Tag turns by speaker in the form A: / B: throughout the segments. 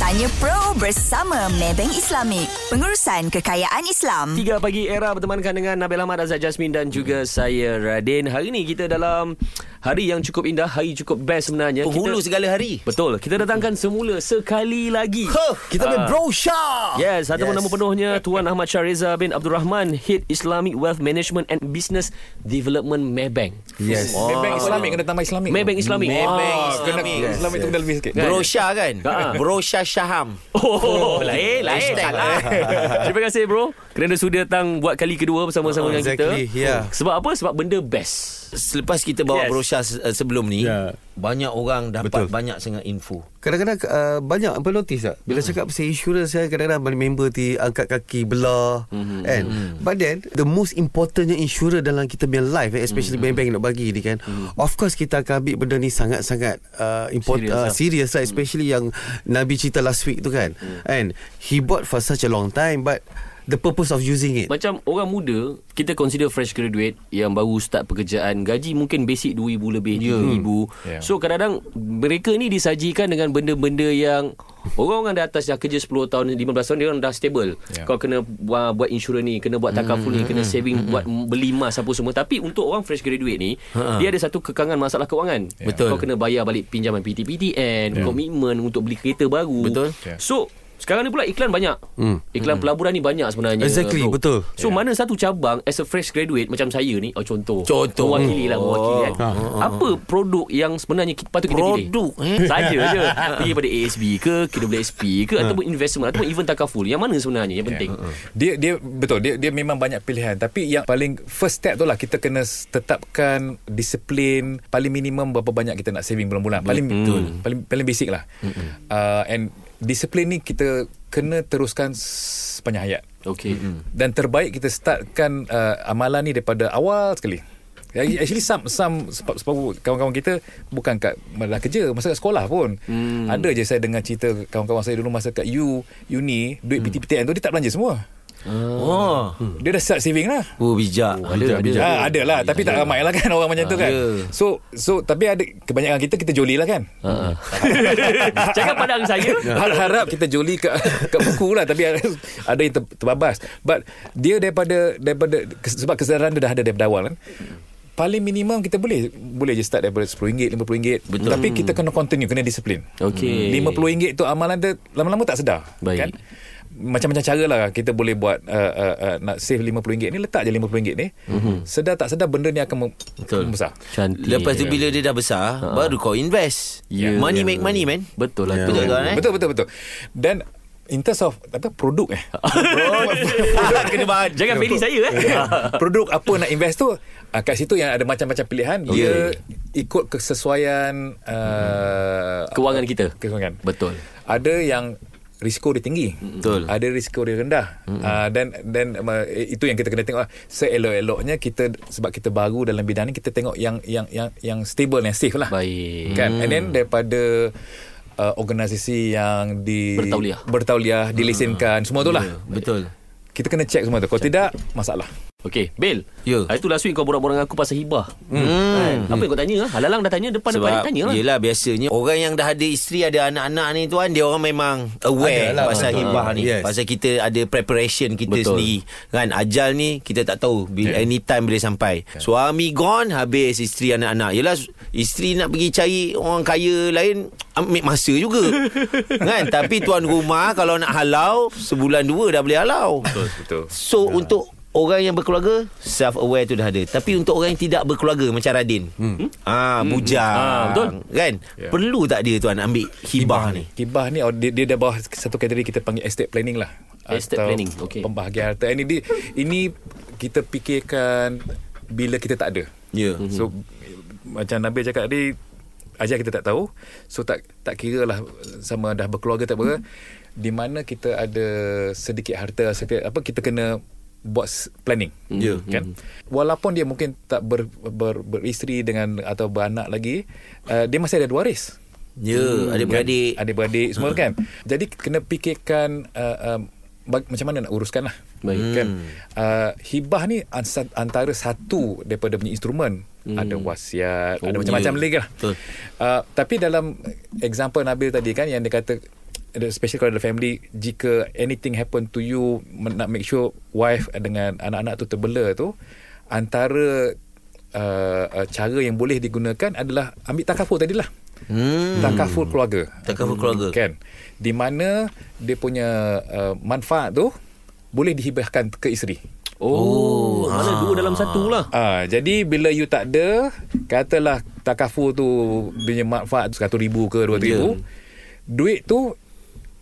A: Hanya Pro bersama Maybank Islamic. Pengurusan Kekayaan Islam.
B: 3 pagi era bertemankan dengan Nabil Ahmad Azad Jasmin dan juga saya Radin. Hari ni kita dalam hari yang cukup indah, hari cukup best sebenarnya.
C: Penghulu
B: kita,
C: segala hari.
B: Betul. Kita datangkan semula sekali lagi.
C: Huh, kita
B: Ah.
C: uh, bro Shah.
B: Yes, satu yes.
C: Yes.
B: nama penuhnya Tuan Ahmad Syariza bin Abdul Rahman, Head Islamic Wealth Management and Business Development Maybank.
C: Yes.
D: Ah.
B: Wow.
E: Maybank Islamic kena tambah Islamic.
B: Maybank Islamic.
C: Maybank
B: Wah.
C: Islamic.
E: Kena
C: Yes,
E: Islamic tu
C: yes.
E: kena lebih sikit.
C: Bro Shah kan?
B: Ah.
C: Bro Shah Syaham.
B: Oh, lain, lain. Tak
C: Hashtag.
B: lah. Terima kasih bro kerana sudah datang buat kali kedua bersama-sama
D: Oh,
B: dengan
D: exactly,
B: kita.
D: yeah.
B: Sebab apa? Sebab benda best.
C: Selepas kita bawa
B: Yes.
C: yes. Bro Shah se- uh, sebelum ni,
D: Ya.
C: banyak orang dapat
D: Betul.
C: banyak sangat info.
D: Kadang-kadang uh, banyak apa notice tak?
B: Hmm.
D: Bila cakap pasal insurans saya kadang-kadang banyak member ti angkat kaki belah
B: Hmm.
D: mm-hmm. kan. But then the most importantnya insurans dalam kita punya life eh, especially
B: Hmm.
D: mm-hmm. bank-bank nak bagi ni kan. Mm-hmm. Of course kita akan ambil benda ni sangat-sangat uh, import,
B: Serious
D: serious, uh,
B: lah.
D: serious lah especially yang Nabi cerita last week tu kan.
B: Hmm.
D: And he bought for such a long time but the purpose of using it.
B: Macam orang muda Kita consider fresh graduate Yang baru start pekerjaan Gaji mungkin basic 2,000 lebih yeah. 3,000 yeah.
E: Yeah.
B: So kadang-kadang Mereka ni disajikan dengan benda-benda yang Orang-orang di atas dah kerja 10 tahun 15 tahun Dia orang dah stable yeah.
E: Yeah.
B: Kau kena uh, buat insurans ni Kena buat takaful ni Kena saving Buat beli emas apa semua Tapi untuk orang fresh graduate ni Dia ada satu kekangan masalah kewangan
E: Yeah.
B: Kau kena bayar balik pinjaman PT-PTN yeah. Komitmen untuk beli kereta baru
C: Betul.
E: Yeah.
B: So sekarang ni pula iklan banyak Iklan pelaburan ni banyak sebenarnya
D: Exactly, betul.
B: Ya, So yeah.
C: Ya.
B: mana satu cabang As a fresh graduate Macam saya ni oh, Contoh
C: Contoh. Ah.
B: Mewakili lah
C: Oh.
B: Mewakili kan Apa produk yang sebenarnya ki- Patut kita pilih
C: Produk, eh?
B: Saja je Pergi pada ASB ke KWSP ke
C: Ah.
B: Ataupun investment Ataupun even takaful Yang mana sebenarnya Yang penting
C: Ya.
B: Hmm.
E: uh-huh. Dia dia betul dia dia memang banyak pilihan tapi yang paling first step tu lah kita kena s- tetapkan disiplin paling minimum berapa banyak kita nak saving bulan-bulan. Paling betul. Paling paling basic lah. Uh, and disiplin ni kita kena teruskan sepanjang hayat.
B: Okay mm-hmm.
C: Hmm.
E: Dan terbaik kita startkan uh, amalan ni daripada awal sekali. Ya, Actually some some sebab sebab kawan-kawan kita bukan kat malah kerja, masa kat sekolah pun. Hmm. Ada je saya dengar cerita kawan-kawan saya dulu masa kat U uni, duit hmm. PTPTN tu dia tak belanja semua.
B: Hmm.
C: Oh.
E: Dia dah start saving lah.
C: Oh bijak. Oh,
B: ada, ada.
E: Ha, ada lah tapi tak ramai lah kan orang macam tu kan.
C: Ya.
E: So so tapi ada kebanyakan kita kita joli lah kan.
B: uh-huh. Cakap padang saya
C: Ya.
E: Har- harap kita joli ke ke buku lah tapi ada, ada yang ter, terbabas but dia daripada daripada kes- sebab kesadaran dia dah ada daripada awal kan paling minimum kita boleh boleh je start daripada RM10 RM50 Betul. tapi kita kena continue kena disiplin
B: Okey.
E: RM50 tu amalan dia lama-lama tak sedar
B: Baik.
E: kan macam-macam cara lah kita boleh buat uh, uh, uh, nak save RM50 ni letak je RM50 ni mm-hmm. sedar tak sedar benda ni akan mem-
C: Betul.
E: membesar
B: Cantik
C: Lepas tu bila dia dah besar, baru kau invest.
B: Ya.
C: Money make money man.
B: Betul lah tu.
C: Betul kan eh?
E: betul betul betul dan in terms of apa produk eh
C: Kena bahan.
B: Jangan pilih saya eh
C: Ya.
E: produk apa nak invest tu uh, kat situ yang ada macam-macam pilihan okay. dia ikut kesesuaian uh,
B: Kewangan kita
E: kewangan
B: Betul
E: ada yang risiko dia tinggi
C: Betul.
E: ada risiko dia rendah uh, dan dan uh, itu yang kita kena tengok lah. seelok-eloknya kita sebab kita baru dalam bidang ni kita tengok yang yang yang yang stable yang safe lah
B: Baik
E: kan and then daripada uh, organisasi yang di
B: Bertauliah.
E: bertauliah dilesenkan semua tu lah
C: Betul.
E: kita kena check semua tu kalau tidak masalah
B: Okay, Bil.
C: Ya.
B: Hari tu last week kau borak-borak dengan aku pasal hibah. Hmm. Apa yang kau tanya? ah? Halalang dah tanya, depan depan
C: Sebab
B: tanya lah.
C: Yelah biasanya Orang yang dah ada isteri Ada anak-anak ni tuan Dia orang memang Aware
D: Ada
C: lah,
D: lah,
C: Pasal
D: betul.
C: hibah ni yes.
D: Yes.
C: Pasal kita ada Preparation kita
B: Betul.
C: betul. sendiri Kan Ajal ni Kita tak tahu bila, yeah. Anytime boleh sampai yeah. Suami gone Habis isteri anak-anak Yelah su- Isteri nak pergi cari Orang kaya lain Ambil masa juga Kan Tapi tuan rumah Kalau nak halau Sebulan dua dah boleh halau Betul
E: betul
C: So ya. untuk orang yang berkeluarga self aware tu dah ada. Tapi untuk orang yang tidak berkeluarga macam Radin. Hmm. Ah bujang.
B: Ah, betul.
C: Kan?
E: Ya.
C: Perlu tak dia tuan ambil hibah, ni?
E: Hibah ni oh, dia, dia dah bawah satu kategori kita panggil estate planning lah.
B: Estate
E: Atau
B: planning, okey.
E: Pembahagian harta. Ini di- ini kita fikirkan bila kita tak ada.
C: Ya.
B: Mhm.
E: So macam Nabil cakap tadi ajar kita tak tahu. So tak tak kira lah sama dah berkeluarga tak apa. Di mana kita ada sedikit harta sedikit apa kita kena buat s- planning.
B: Mhm.
C: Ya.
E: Kan? Walaupun dia mungkin tak ber, ber, beristeri dengan atau beranak lagi, uh, dia masih ada dua waris
C: Ya, adik-beradik.
E: kan? adik-beradik
C: Hmm.
E: semua kan jadi kena fikirkan uh, um, bag, macam mana nak uruskan lah
B: Baik.
E: kan
C: Hmm.
E: uh, hibah ni ansa- antara satu daripada punya instrumen ada wasiat
C: Oh,
E: ada macam-macam
C: ya.
E: lagi lah
C: Betul.
E: uh, tapi dalam example Nabil tadi kan yang dia kata especially kalau ada family jika anything happen to you men- nak make sure wife dengan anak-anak tu terbela tu antara uh, uh, cara yang boleh digunakan adalah ambil takaful tadilah hmm. takaful keluarga
C: Takaful keluarga.
E: kan di mana dia punya uh, manfaat tu boleh dihibahkan ke isteri
B: Oh, mana dua dalam satu lah.
E: Ah, jadi bila you tak ada, katalah takaful tu punya manfaat RM100,000 ke RM2,000, yeah.
C: Ya.
E: duit tu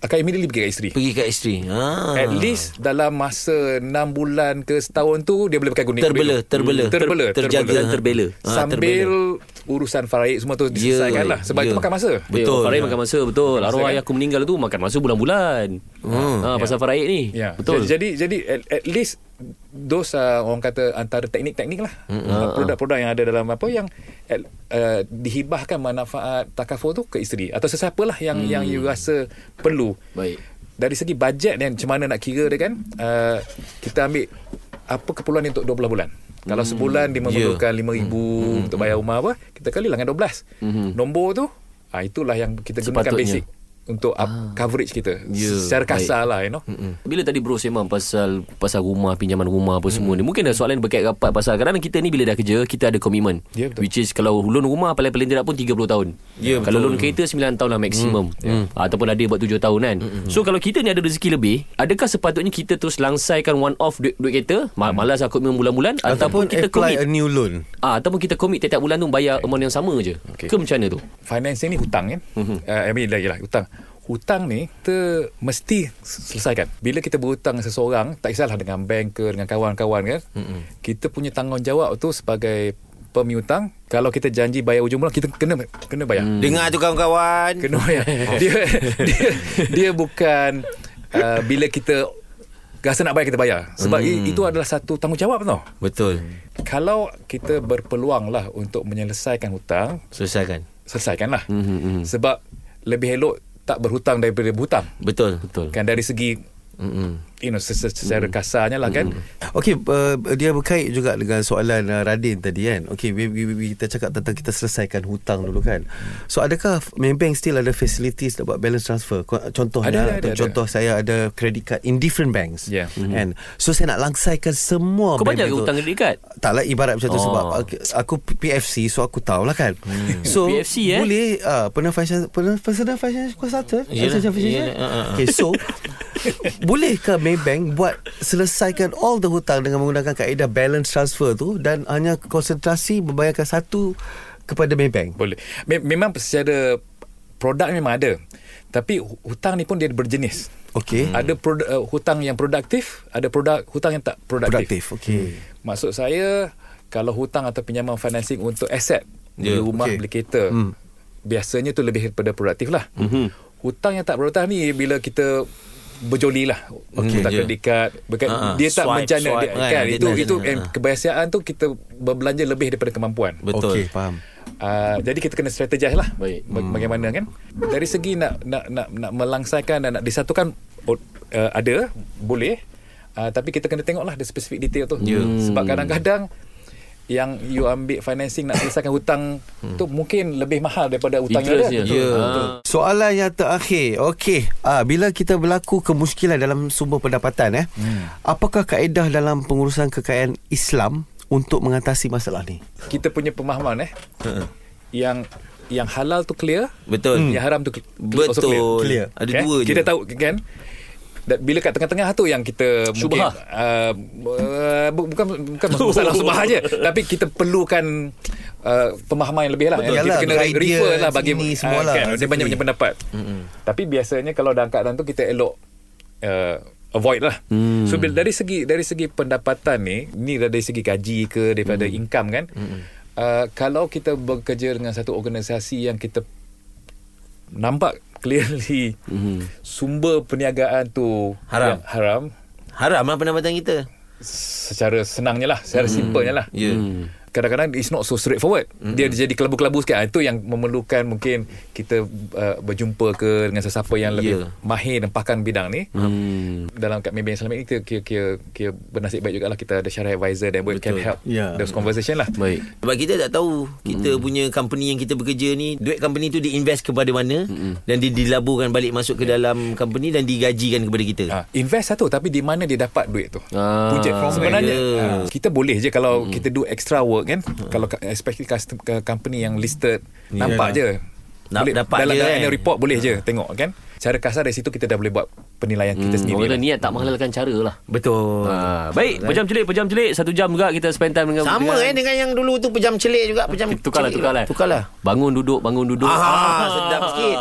E: akan immediately pergi kat isteri.
C: Pergi kat isteri. Ha.
E: At least dalam masa 6 bulan ke setahun tu dia boleh pakai guna Hmm.
C: Terbela, terbela.
E: terbela,
C: Ter- terjaga
E: terbela.
C: dan terbela. Ah,
E: Sambil urusan faraid semua tu diselesaikan lah
C: ya.
E: sebab itu makan masa.
B: Eh,
C: Betul.
B: Faraid makan masa betul. Arwah
E: kan?
B: ayah aku meninggal tu makan masa bulan-bulan. Ha, pasal Faraid ni.
E: Ya.
B: Betul.
E: Jadi, jadi jadi at, at least those uh, orang kata antara teknik-teknik lah.
B: Ah.
E: Uh, produk-produk yang ada dalam apa yang at, uh, dihibahkan manfaat takaful tu ke isteri atau sesiapa lah yang yang you rasa perlu.
B: Hmm. Baik.
E: Dari segi bajet kan macam mana nak kira dia kan uh, kita ambil apa keperluan ni untuk 12 bulan. Kalau
B: Hmm.
E: sebulan
B: Ya.
E: dia memerlukan RM5,000 untuk bayar rumah apa, kita kali lah dengan 12. Nombor tu, ah, itulah yang kita
B: Hmm.
E: gunakan
B: Sepatutnya. Ah.
E: basic untuk up coverage kita.
B: Ya, baik.
E: Secara
B: Hmm.
E: kasar lah, you know.
B: Bila tadi bro sembang pasal pasal rumah, pinjaman rumah apa semua ni. Mungkin ada soalan berkait rapat pasal kadang-kadang kita ni bila dah kerja, kita ada komitmen.
E: Ya, betul.
B: Which is kalau loan rumah paling-paling tidak pun 30 tahun.
C: Ya,
B: kalau loan kereta 9 tahun lah maksimum. Ataupun ada buat 7 tahun kan. So kalau kita ni ada rezeki lebih, adakah sepatutnya kita terus langsaikan one off duit, duit kereta? Ma- Malas aku komitmen bulan-bulan ataupun kita
D: apply
B: commit
D: a new loan
B: Ah, ataupun kita commit tiap-tiap bulan tu bayar amount yang sama je.
E: Okey.
B: Ke macam mana tu?
E: Oh, financing ni hutang kan. Mm-hmm. Uh, I mean lagi lah hutang. Hutang ni kita mesti selesaikan. Bila kita berhutang dengan seseorang, tak kisahlah dengan bank ke dengan kawan-kawan kan. Mm-hmm. Kita punya tanggungjawab tu sebagai pemiutang, kalau kita janji bayar ujung bulan kita kena kena bayar. Mm.
C: Dengar tu kawan-kawan.
E: Kena bayar. dia dia dia bukan uh, bila kita rasa nak bayar kita bayar. Sebab mm. itu adalah satu tanggungjawab tau.
C: Betul.
E: Kalau kita berpeluang lah untuk menyelesaikan hutang,
C: Selesaikan.
E: selesaikanlah. Mm-hmm, Sebab lebih elok tak berhutang daripada berhutang.
C: Betul. Betul.
E: Kan dari segi mm-hmm. you know se- se- secara kasarnya lah kan. Mm-hmm.
D: Okey, uh, dia berkait juga dengan soalan uh, Radin tadi kan. Okey, we, we, we, kita cakap tentang kita selesaikan hutang dulu kan. So adakah Maybank still ada facilities nak buat balance transfer? Co-
E: Ada,
D: Contohnya,
E: ada, ada,
D: contoh saya ada credit card in different banks.
E: Yeah.
D: Mm-hmm. And so saya nak langsaikan semua
B: Kau banyak ke
D: bank itu.
B: hutang kredit card?
D: Taklah ibarat macam tu
B: Oh.
D: oh. sebab aku- aku PFC so aku tahulah kan.
C: Hmm.
D: So
B: PFC, eh?
D: boleh ah pernah fashion pernah personal fashion consultant.
C: Yelah,
D: Fashion
C: yelah, ah, ah.
D: eh? Okay so Bolehkah Maybank buat selesaikan all the hutang dengan menggunakan kaedah balance transfer tu dan hanya konsentrasi membayarkan satu kepada Maybank?
E: Boleh. Mem- memang secara produk memang ada. Tapi hu- hutang ni pun dia berjenis.
D: Okey.
E: Mm.
C: Hmm.
E: Ada produk, uh, hutang yang produktif, ada produk hutang yang tak produktif.
D: Produktif. Okey.
E: Maksud saya kalau hutang atau pinjaman financing untuk aset, yeah. beli
C: Yeah,
E: rumah, okay.
D: okay.
E: beli kereta, mm. biasanya tu lebih daripada produktif lah. Mm-hmm. Hutang yang tak produktif ni bila kita berjoli lah okay, hutang
C: yeah.
E: yeah. kredit card bukan,
C: Ah, ah,
E: dia tak
C: swipe,
E: menjana
C: swipe,
E: dia,
C: kan,
E: kan
C: dia
E: itu
C: tak
E: itu
C: menjana,
E: and
C: ah.
E: kebiasaan tu kita berbelanja lebih daripada kemampuan
C: Betul.
D: Okey, faham.
E: Uh, jadi kita kena strategize lah
B: Baik. Hmm.
E: Baik. bagaimana kan dari segi nak nak nak nak melangsaikan dan nak disatukan oh, uh, ada boleh uh, tapi kita kena tengoklah the specific detail tu
B: Ya.
E: yeah. sebab kadang-kadang yang you ambil financing nak selesaikan hutang tu mungkin lebih mahal daripada hutang yang
B: Hmm. Interest
E: ada
B: dia.
E: Betul.
B: Ah.
D: Soalan yang terakhir. Okey, ah bila kita berlaku kemuskilan dalam sumber pendapatan eh, hmm. apakah kaedah dalam pengurusan kekayaan Islam untuk mengatasi masalah ni?
E: kita punya pemahaman eh
B: Ha.
E: yang yang halal tu clear
C: Betul.
E: yang haram tu cl- also clear
C: Betul.
D: Hmm. Clear.
C: Ada
E: Kan?
C: dua je.
E: Kita tahu kan Dan bila kat tengah-tengah tu yang kita mungkin
B: Syubhah.
E: uh, uh, bu- bukan bukan masalah subah aja tapi kita perlukan uh, pemahaman yang lebih lah
D: Betul.
E: Yang kita
D: Yalah,
E: kena
D: guidance
E: refer lah bagi
D: ini
E: ah,
D: semua lah.
E: kan, dia
D: Exactly.
E: banyak-banyak pendapat mm-hmm. tapi biasanya kalau dalam keadaan tu kita elok uh, avoid lah mm.
D: Hmm.
E: so bila, dari segi dari segi pendapatan ni ni dah dari segi gaji ke daripada
D: Hmm.
E: mm. income kan mm. Uh, kalau kita bekerja dengan satu organisasi yang kita nampak clearly mm-hmm. sumber perniagaan tu
C: Haram.
E: yang haram
C: Haram lah pendapatan kita.
E: secara senangnya lah secara mm. simpelnya lah
C: Ya. Yeah.
E: kadang-kadang it's not so straightforward. Mm-hmm. Dia jadi kelabu-kelabu sikit. Ah, Itu yang memerlukan mungkin kita uh, berjumpa ke dengan sesiapa yang lebih
C: Ya.
E: yeah. mahir dan pakar bidang ni. Mm. Dalam kat member yang selama ini kita kira-kira kira bernasib baik jugalah kita ada syariah advisor dan Betul. can help
D: Ya.
E: yeah. those conversation lah.
B: Baik.
C: Sebab kita tak tahu kita hmm. punya company yang kita bekerja ni duit company tu diinvest kepada mana hmm. dan dia dilaburkan balik masuk ke dalam company dan digajikan kepada kita. Ha.
E: Ha, invest satu tapi di mana dia dapat duit tu.
B: Ah,
E: Project from sebenarnya
C: yeah.
E: ha, kita boleh je kalau mm. kita do extra work kan. Kalau ka- especially custom, ke- company yang listed nampak je.
C: Nap- dapat
E: dalam,
C: je,
E: dalam
C: kan?
E: annual report boleh je tengok kan. Secara kasar dari situ kita dah boleh buat penilaian kita
B: Hmm,
E: sendiri.
B: orang
E: lah.
B: niat tak menghalalkan cara lah.
C: Betul.
B: Ah, baik, pejam celik, pejam celik. Satu jam juga kita spend time dengan...
C: Sama
B: dengan,
C: eh dengan yang dulu tu pejam celik juga pejam
B: Tukarlah,
C: celik.
B: tukarlah.
C: Tukarlah.
B: lah. Bangun duduk, bangun duduk.
C: Ah, sedap sikit.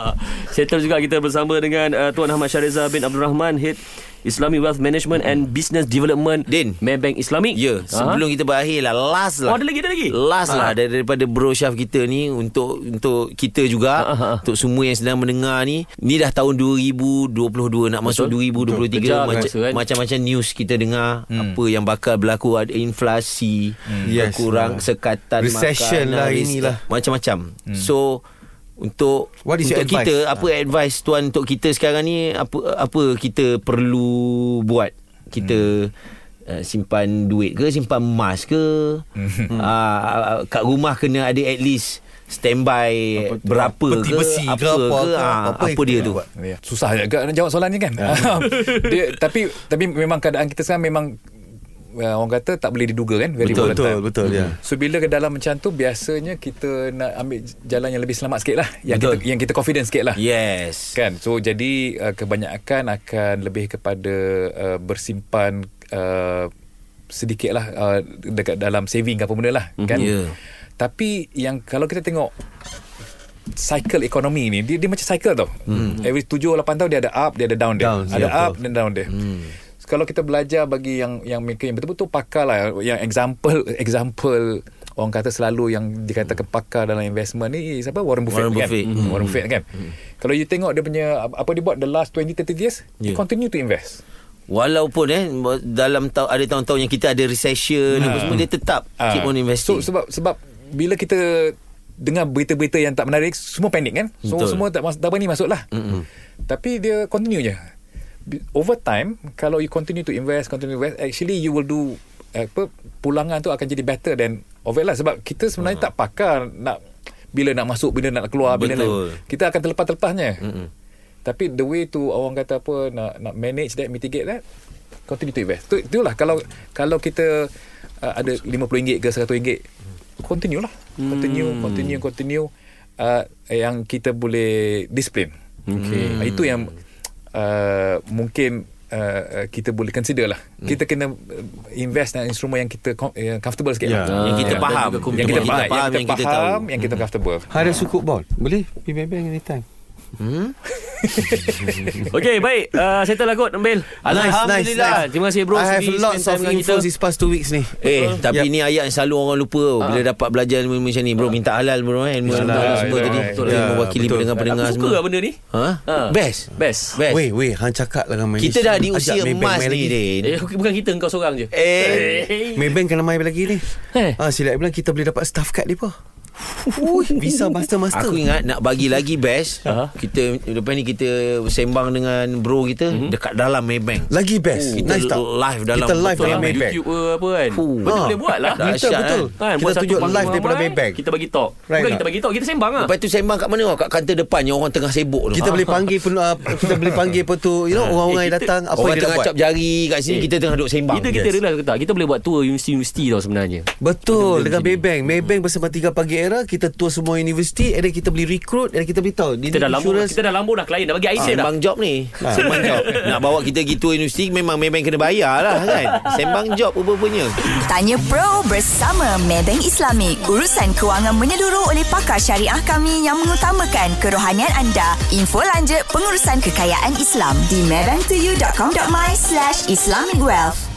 B: Settle juga kita bersama dengan uh, Tuan Ahmad Syariza bin Abdul Rahman, Head Islami Wealth Management and Business Development
C: Din.
B: Maybank Islamic.
C: Ya, sebelum kita berakhir lah last
B: Oh,
C: lah.
B: ada lagi, ada lagi?
C: Last
B: Ha.
C: lah dari- daripada bro Syaf kita ni untuk untuk kita juga
B: Ha, ha, ha.
C: untuk semua yang sedang mendengar ni. Ni dah tahun 2022 nak masuk 2023
B: Kejar
C: macam
B: masa, kan? Hmm.
C: macam-macam news kita dengar apa yang bakal berlaku ada inflasi,
D: Yes.
C: berkurang
B: Hmm.
D: Ha.
C: sekatan
D: Recession
C: makanan,
D: lah,
C: res-
D: inilah.
C: macam-macam.
D: Hmm.
C: So untuk
D: What is your
C: untuk kita
D: advice? Ah.
C: apa advice tuan untuk kita sekarang ni apa apa kita perlu buat kita hmm. uh, simpan duit ke simpan emas ke hmm. uh, kat rumah kena ada at least standby
D: Apa tu?
C: berapa
D: Peti
C: ke,
D: besi
C: apa
D: ke, apa ke,
C: ah,
D: apa
C: apa,
D: yang
C: dia
D: kita
C: tu
D: buat.
E: Ya. Susah juga nak jawab soalan ni kan. dia tapi tapi memang keadaan kita sekarang memang uh, orang kata tak boleh diduga kan very
D: Betul,
E: volatile.
D: betul, betul, ya.
C: Hmm.
E: So bila ke dalam macam tu biasanya kita nak ambil jalan yang lebih selamat sikit lah yang
C: Betul.
E: kita yang kita confident sikit lah.
C: yes
E: Kan so jadi uh, kebanyakan akan lebih kepada uh, bersimpan uh, sedikit lah uh, dekat dalam saving ke apa benda lah kan.
C: ya.
E: Tapi yang kalau kita tengok cycle ekonomi ni dia dia macam cycle tau. Hmm. Every 7 8 tahun dia ada up, dia ada down dia.
D: Down,
E: ada
D: ya,
E: up dan down dia. Hmm. Kalau kita belajar bagi yang yang mereka yang betul-betul pakar lah yang example example orang kata selalu yang dikatakan pakar dalam investment ni siapa Warren Buffett
C: Warren
E: kan.
C: Buffett.
E: Hmm. Warren Buffett kan. Hmm. Kalau you tengok dia punya apa dia buat the last 20 30 years, yeah. he
C: Yeah.
E: continue to invest.
C: walaupun eh dalam ta- ada tahun-tahun yang kita ada recession
D: Hmm.
C: apa semua dia tetap
E: Ah.
C: keep on investing
E: So, sebab sebab bila kita dengar berita-berita yang tak menarik semua panik kan.
C: Betul.
E: So Betul. semua tak mas- tak apa ni masuklah. Mm-hmm. Tapi dia continue je. Bi- Over time kalau you continue to invest, continue to invest, actually you will do apa pulangan tu akan jadi better than over lah sebab
C: Ah.
E: kita sebenarnya tak pakar nak bila nak masuk, bila nak keluar,
C: Betul.
E: bila nak kita akan terlepas-terlepasnya. Mm-hmm. Tapi the way to orang kata apa nak nak manage that, mitigate that continue to invest. Tu, itulah kalau kalau kita uh, ada RM50 ke RM100 continue lah. Continue, continue, continue uh, yang kita boleh disiplin. Okay. Itu yang uh, mungkin uh, uh, kita boleh consider lah. Kita kena uh, invest dalam instrumen yang kita com- yang comfortable sikit.
D: Ya.
E: Lah.
C: yang kita
B: Ah,
C: faham
B: dan juga
E: Yang kita faham, yang kita, Hmm. faham,
C: tahu
E: yang kita comfortable.
D: Hara sukuk bond Boleh pergi bank-bank anytime
B: Okey, baik. Uh, settle lah kot, Ambil. Alhamdulillah. Terima kasih bro.
D: I have
B: sudi spend
D: lots of
B: time dengan
D: info
B: kita.
D: These past two weeks ni Ya.
C: Eh, tapi
D: Yep.
C: ni ayat yang selalu orang lupa tau.
D: Ah.
C: Bila dapat belajar ilmu macam ni, bro, minta halal bro eh. Ilmu halal
E: Halal,
C: semua
E: betul,
C: tadi.
E: betul.
C: Boleh
D: Ya,
C: mewakili
D: betul.
C: pendengar-pendengar
B: Aku suka
C: semua.
B: lah benda ni.
C: Ha?
B: Ha.
C: Best.
B: Best.
C: Best.
D: Weh weh Han cakap lah dengan
C: Kita dah di usia emas ni, Din.
B: Eh, bukan kita, engkau seorang je.
C: Eh.
D: Maybank kena main lagi ni
B: Eh.
D: ha, Silap bilang kita boleh dapat staff card dia pun Ui, Visa Master Master
C: Aku ingat nak bagi lagi best.
B: Ha?
C: Kita lepas ni kita sembang dengan bro kita dekat dalam Maybank.
D: Mhm. Lagi best
C: Kita
D: Nice tak
C: live dalam
D: Kita
C: betul
D: live dalam
B: Dalam
C: ramai
D: Maybank
B: YouTube ke apa kan.
C: Fuh.
B: Benda
D: Ha.
B: boleh buat lah.
D: Betul,
C: Dahsyat,
D: betul.
B: Kan,
C: eh.
D: Kita
B: buat satu
D: tunjuk
B: panggung
D: live daripada
B: ramai,
D: Maybank
B: Kita bagi talk
D: Right
B: Bukan
D: tak?
B: kita bagi talk Kita sembang lah
C: Lepas tu sembang kat mana? Kat kaunter depan yang orang tengah sibuk tu.
D: Kita
C: Ha?
D: boleh panggil pun uh, Kita boleh panggil pun tu You know
B: Eh,
D: orang-orang yang
B: kita-
D: datang Apa
C: orang
D: yang dia
C: tengah
D: nak
C: cap
D: buat
C: jari kat sini
B: Eh.
C: kita tengah duduk sembang.
B: Kita kita realize ke tak Kita boleh buat tour Universiti-universiti tau sebenarnya
D: Betul Dengan Maybank Maybank bersama 3 pagi era Kita tour semua universiti And then kita boleh recruit And then kita boleh tahu
B: Kita dah lambung Kita dah lambung dah klien Dah bagi ISIN dah
C: Sembang job ni Sembang job Nak bawa kita pergi tour universiti Memang memang kena bayar lah kan Sembang job rupa-rupanya
A: Tanya Pro bersama Maybank Islamic. Urusan kewangan menyeluruh oleh pakar syariah kami yang mengutamakan kerohanian anda. Info lanjut pengurusan kekayaan Islam di maybanktoyou.com.my slash Islamic Wealth.